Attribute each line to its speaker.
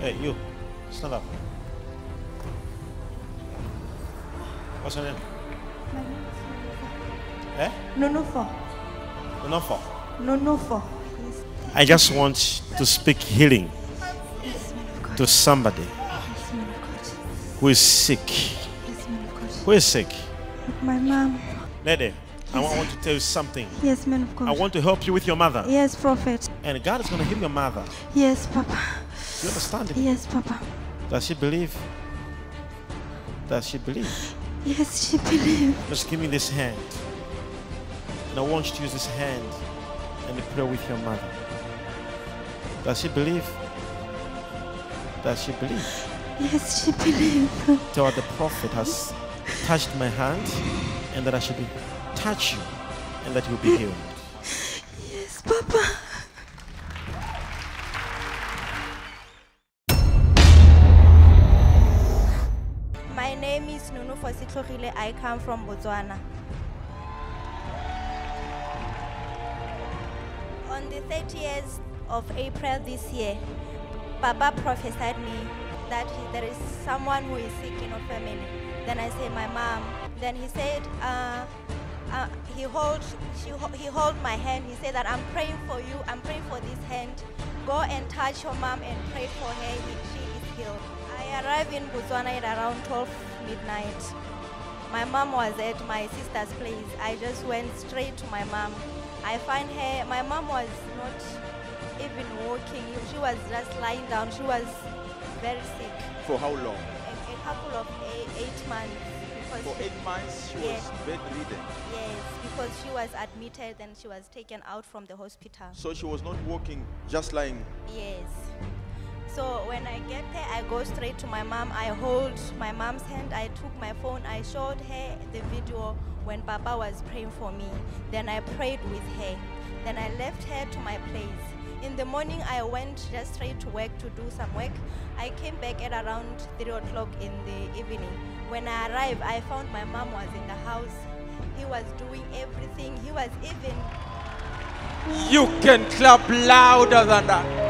Speaker 1: Hey, you. Stand up. What's your name?
Speaker 2: My name is
Speaker 1: Eh?
Speaker 2: Nonofo.
Speaker 1: Unofo.
Speaker 2: Nonofo. Yes.
Speaker 1: I just want to speak healing
Speaker 2: Yes, man of God.
Speaker 1: to somebody
Speaker 2: Yes, man of God.
Speaker 1: who is sick.
Speaker 2: Yes, man of
Speaker 1: Who is sick?
Speaker 2: God. My mom.
Speaker 1: Lady, I wa- want to tell you something.
Speaker 2: Yes, man of God.
Speaker 1: I want to help you with your mother.
Speaker 2: yes, prophet.
Speaker 1: And God is going to heal your mother. Do
Speaker 2: Yes, papa.
Speaker 1: you understand? it?
Speaker 2: Yes, papa.
Speaker 1: Does she believe? Does she believe?
Speaker 2: Yes, she believed.
Speaker 1: Just give me this hand. And I want you to use this hand and pray with your mother. Does she believe? Does she believe?
Speaker 2: Yes, she believed.
Speaker 1: Tell her the prophet has touched my hand and that I should be touch you and that you'll be healed.
Speaker 2: Yes, papa.
Speaker 3: My name is Nunu Fositlohile. I come from Botswana. On the 30th of April this year, Papa prophesied me that he, there is someone who is sick in our family. Then I say, my mom. Then he said, uh, uh, he hold, she, ho- he hold my hand. He said that I'm praying for you. I'm praying for this hand. Go and touch your mom and pray for her. He- She is healed. I arrived in Botswana at around 12 midnight. My mom was at my sister's place. I just went straight to my mom. I find her, my mom was not even walking. She was just lying down. She was very sick.
Speaker 4: For how long?
Speaker 3: A, a couple of eight, eight months. Because
Speaker 4: For eight months, she was bedridden.
Speaker 3: Yes, because she was admitted and she was taken out from the hospital.
Speaker 4: So she was not walking, just lying.
Speaker 3: Yes. So when I get there, I go straight to my mom. I hold my mom's hand. I took my phone. I showed her the video when Papa was praying for me. Then I prayed with her. Then I left her to my place. In the morning, I went just straight to work to do some work. I came back at around 3 o'clock in the evening. When I arrived, I found my mom was in the house. He was doing everything. He was even
Speaker 5: You can clap louder than that.